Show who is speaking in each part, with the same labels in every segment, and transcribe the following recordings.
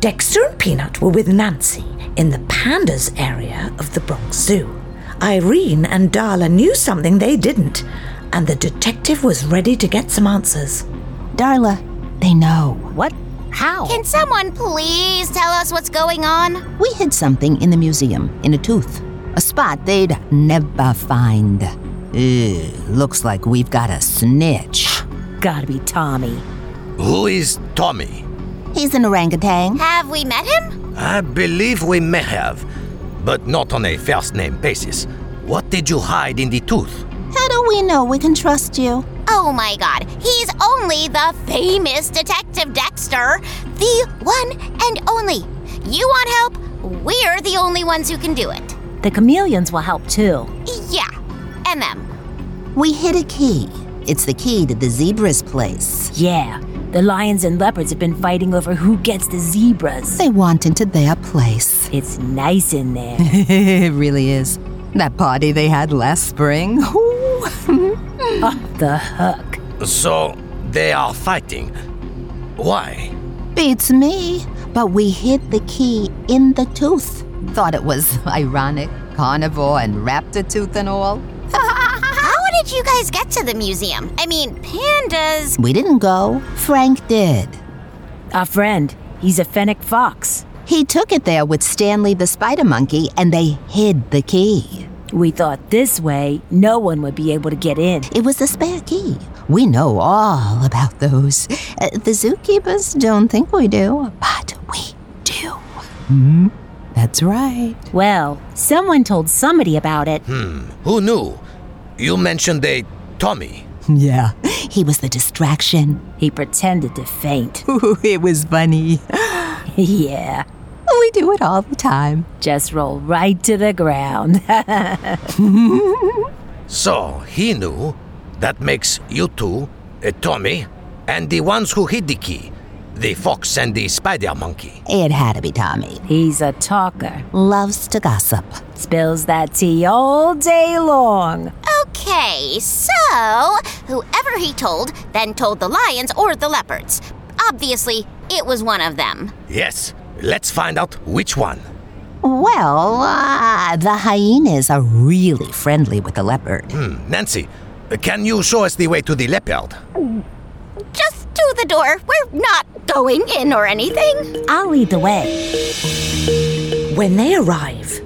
Speaker 1: Dexter and Peanut were with Nancy in the pandas area of the Bronx Zoo. Irene and Darla knew something they didn't, and the detective was ready to get some answers.
Speaker 2: Darla, they know.
Speaker 3: What? How?
Speaker 4: Can someone please tell us what's going on?
Speaker 2: We hid something in the museum, in a tooth. A spot they'd never find. Ew, looks like we've got a snitch.
Speaker 3: Gotta be Tommy.
Speaker 5: Who is Tommy?
Speaker 2: He's an orangutan.
Speaker 4: Have we met him?
Speaker 5: I believe we may have, but not on a first name basis. What did you hide in the tooth?
Speaker 2: How do we know we can trust you?
Speaker 4: Oh my god, he's only the famous Detective Dexter, the one and only. You want help? We're the only ones who can do it.
Speaker 3: The chameleons will help too.
Speaker 4: Yeah, and them.
Speaker 2: We hid a key. It's the key to the zebra's place.
Speaker 3: Yeah, the lions and leopards have been fighting over who gets the zebras.
Speaker 2: They want into their place.
Speaker 3: It's nice in there.
Speaker 2: it really is. That party they had last spring.
Speaker 3: Off the hook.
Speaker 5: So, they are fighting. Why?
Speaker 2: Beats me. But we hid the key in the tooth. Thought it was ironic, carnivore and raptor tooth and all.
Speaker 4: How did you guys get to the museum? I mean, pandas.
Speaker 2: We didn't go. Frank did.
Speaker 3: Our friend, he's a fennec fox.
Speaker 2: He took it there with Stanley the spider monkey and they hid the key.
Speaker 3: We thought this way, no one would be able to get in.
Speaker 2: It was the spare key. We know all about those. Uh, the zookeepers don't think we do, but we do. Hmm, that's right.
Speaker 3: Well, someone told somebody about it.
Speaker 5: Who knew? You mentioned a Tommy.
Speaker 2: Yeah. He was the distraction.
Speaker 3: He pretended to faint.
Speaker 2: it was funny.
Speaker 3: yeah,
Speaker 2: We do it all the time.
Speaker 3: just roll right to the ground.
Speaker 5: So, he knew. That makes you two, a Tommy, and the ones who hid the key, the fox and the spider monkey.
Speaker 2: It had to be Tommy.
Speaker 3: he's a talker,
Speaker 2: Loves to gossip.
Speaker 3: spills that tea all day long.
Speaker 4: Okay, so whoever he told then told the lions or the leopards. Obviously, it was one of them.
Speaker 5: Yes, let's find out which one.
Speaker 2: Well, uh, the hyenas are really friendly with the leopard.
Speaker 5: Hmm, Nancy, can you show us the way to the leopard?
Speaker 4: Just to the door. We're not going in or anything.
Speaker 3: I'll lead the way.
Speaker 6: When they arrive,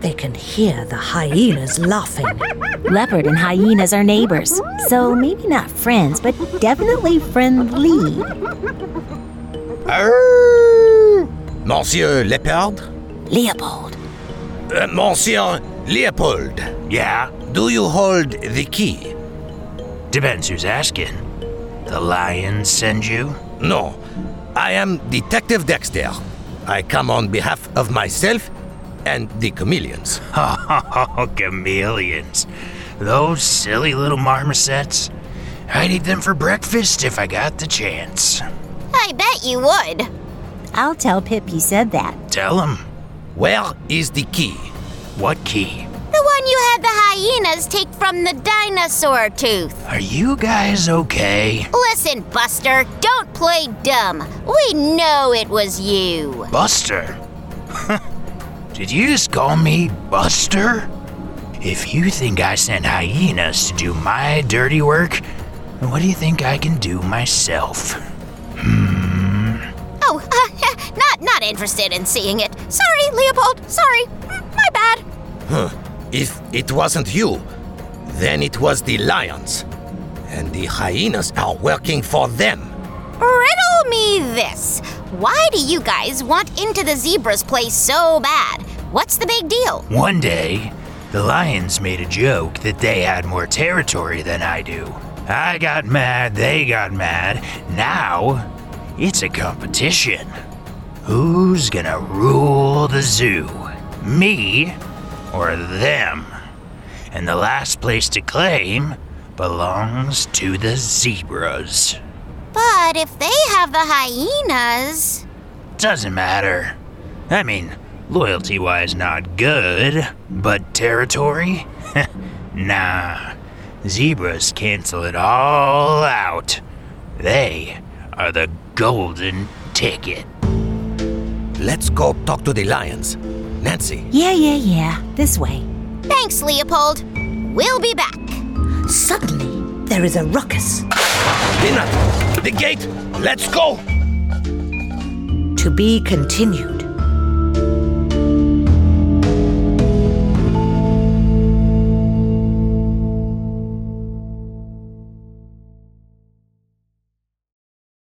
Speaker 6: they can hear the hyenas laughing.
Speaker 3: Leopard and hyenas are neighbors, so maybe not friends, but definitely friendly.
Speaker 5: Arr! Monsieur Leopard?
Speaker 3: Leopold,
Speaker 5: Uh, Monsieur Leopold.
Speaker 7: Yeah,
Speaker 5: Do you hold the key?
Speaker 7: depends who's asking. The lions send you?
Speaker 5: No. I am Detective Dexter. I come on behalf of myself and the chameleons.
Speaker 7: Oh, chameleons. Those silly little marmosets. I'd eat them for breakfast if I got the chance.
Speaker 4: I bet you would.
Speaker 3: I'll tell Pip you said that.
Speaker 7: Tell 'em
Speaker 5: Where is the key?
Speaker 7: What key?
Speaker 4: The one you had the hyenas take from the dinosaur tooth.
Speaker 7: Are you guys okay?
Speaker 4: Listen, Buster, don't play dumb. We know it was you.
Speaker 7: Buster? Did you just call me Buster? If you think I sent hyenas to do my dirty work, what do you think I can do myself?
Speaker 4: Oh, not not interested in seeing it. Sorry, Leopold. Sorry.
Speaker 5: Huh. If it wasn't you, then it was the lions. And the hyenas are working for them.
Speaker 4: Riddle me this. Why do you guys want into the zebra's place so bad? What's the big deal?
Speaker 7: One day, the lions made a joke that they had more territory than I do. I got mad, they got mad. Now, it's a competition. Who's gonna rule the zoo? Me or them? And the last place to claim belongs to the zebras.
Speaker 4: But if they have the hyenas.
Speaker 7: Doesn't matter. I mean, loyalty wise, not good, but territory? nah. Zebras cancel it all out. They are the golden ticket.
Speaker 5: Let's go talk to the lions. Nancy,
Speaker 3: Yeah, yeah, yeah. This way.
Speaker 4: Thanks, Leopold. We'll be back.
Speaker 6: Suddenly, there is a ruckus.
Speaker 5: Peanut, the gate, let's go!
Speaker 6: To be continued.